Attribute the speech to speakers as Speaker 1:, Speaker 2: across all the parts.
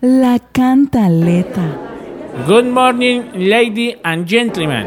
Speaker 1: la cantaleta.
Speaker 2: Good morning, lady and gentlemen,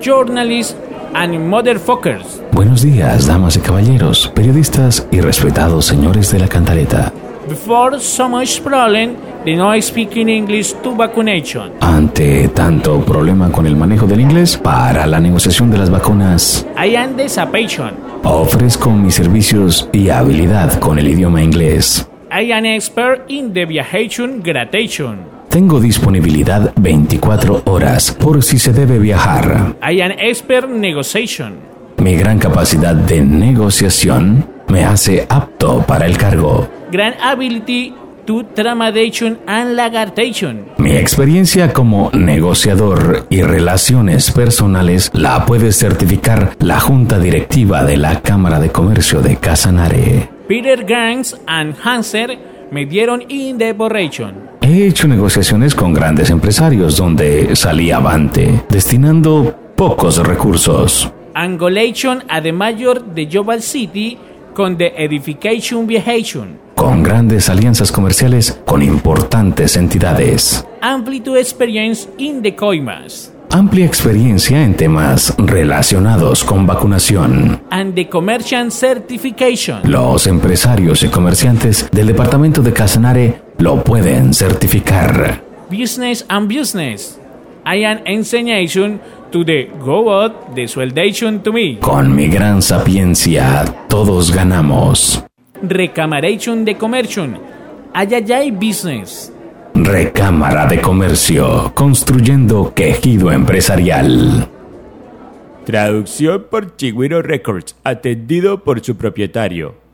Speaker 2: journalists and motherfuckers.
Speaker 3: Buenos días, damas y caballeros, periodistas y respetados señores de la cantaleta.
Speaker 2: Before so much problem, they know I speak in English to vaccination.
Speaker 3: Ante tanto problema con el manejo del inglés para la negociación de las vacunas,
Speaker 2: I am patient.
Speaker 3: ofrezco mis servicios y habilidad con el idioma inglés.
Speaker 2: I am expert in deviation gratation.
Speaker 3: Tengo disponibilidad 24 horas por si se debe viajar.
Speaker 2: I am expert negotiation.
Speaker 3: Mi gran capacidad de negociación me hace apto para el cargo.
Speaker 2: Grand ability to tramadation and lagartation.
Speaker 3: Mi experiencia como negociador y relaciones personales la puede certificar la Junta Directiva de la Cámara de Comercio de Casanare.
Speaker 2: Peter Gans and Hanser me dieron in devoration.
Speaker 3: He hecho negociaciones con grandes empresarios donde salí avante, destinando pocos recursos.
Speaker 2: Angolation at the mayor de Jobal City con the edification viajation.
Speaker 3: Con grandes alianzas comerciales con importantes entidades.
Speaker 2: Amplitude experience in the coimas.
Speaker 3: Amplia experiencia en temas relacionados con vacunación.
Speaker 2: and the commercial certification.
Speaker 3: Los empresarios y comerciantes del departamento de Casanare lo pueden certificar.
Speaker 2: Business and business. I am enseñation to the go out the soldation to me.
Speaker 3: Con mi gran sapiencia, todos ganamos.
Speaker 2: Recameration de commercial. Ayayay business.
Speaker 3: Recámara de Comercio, construyendo quejido empresarial.
Speaker 4: Traducción por Chigüiro Records, atendido por su propietario.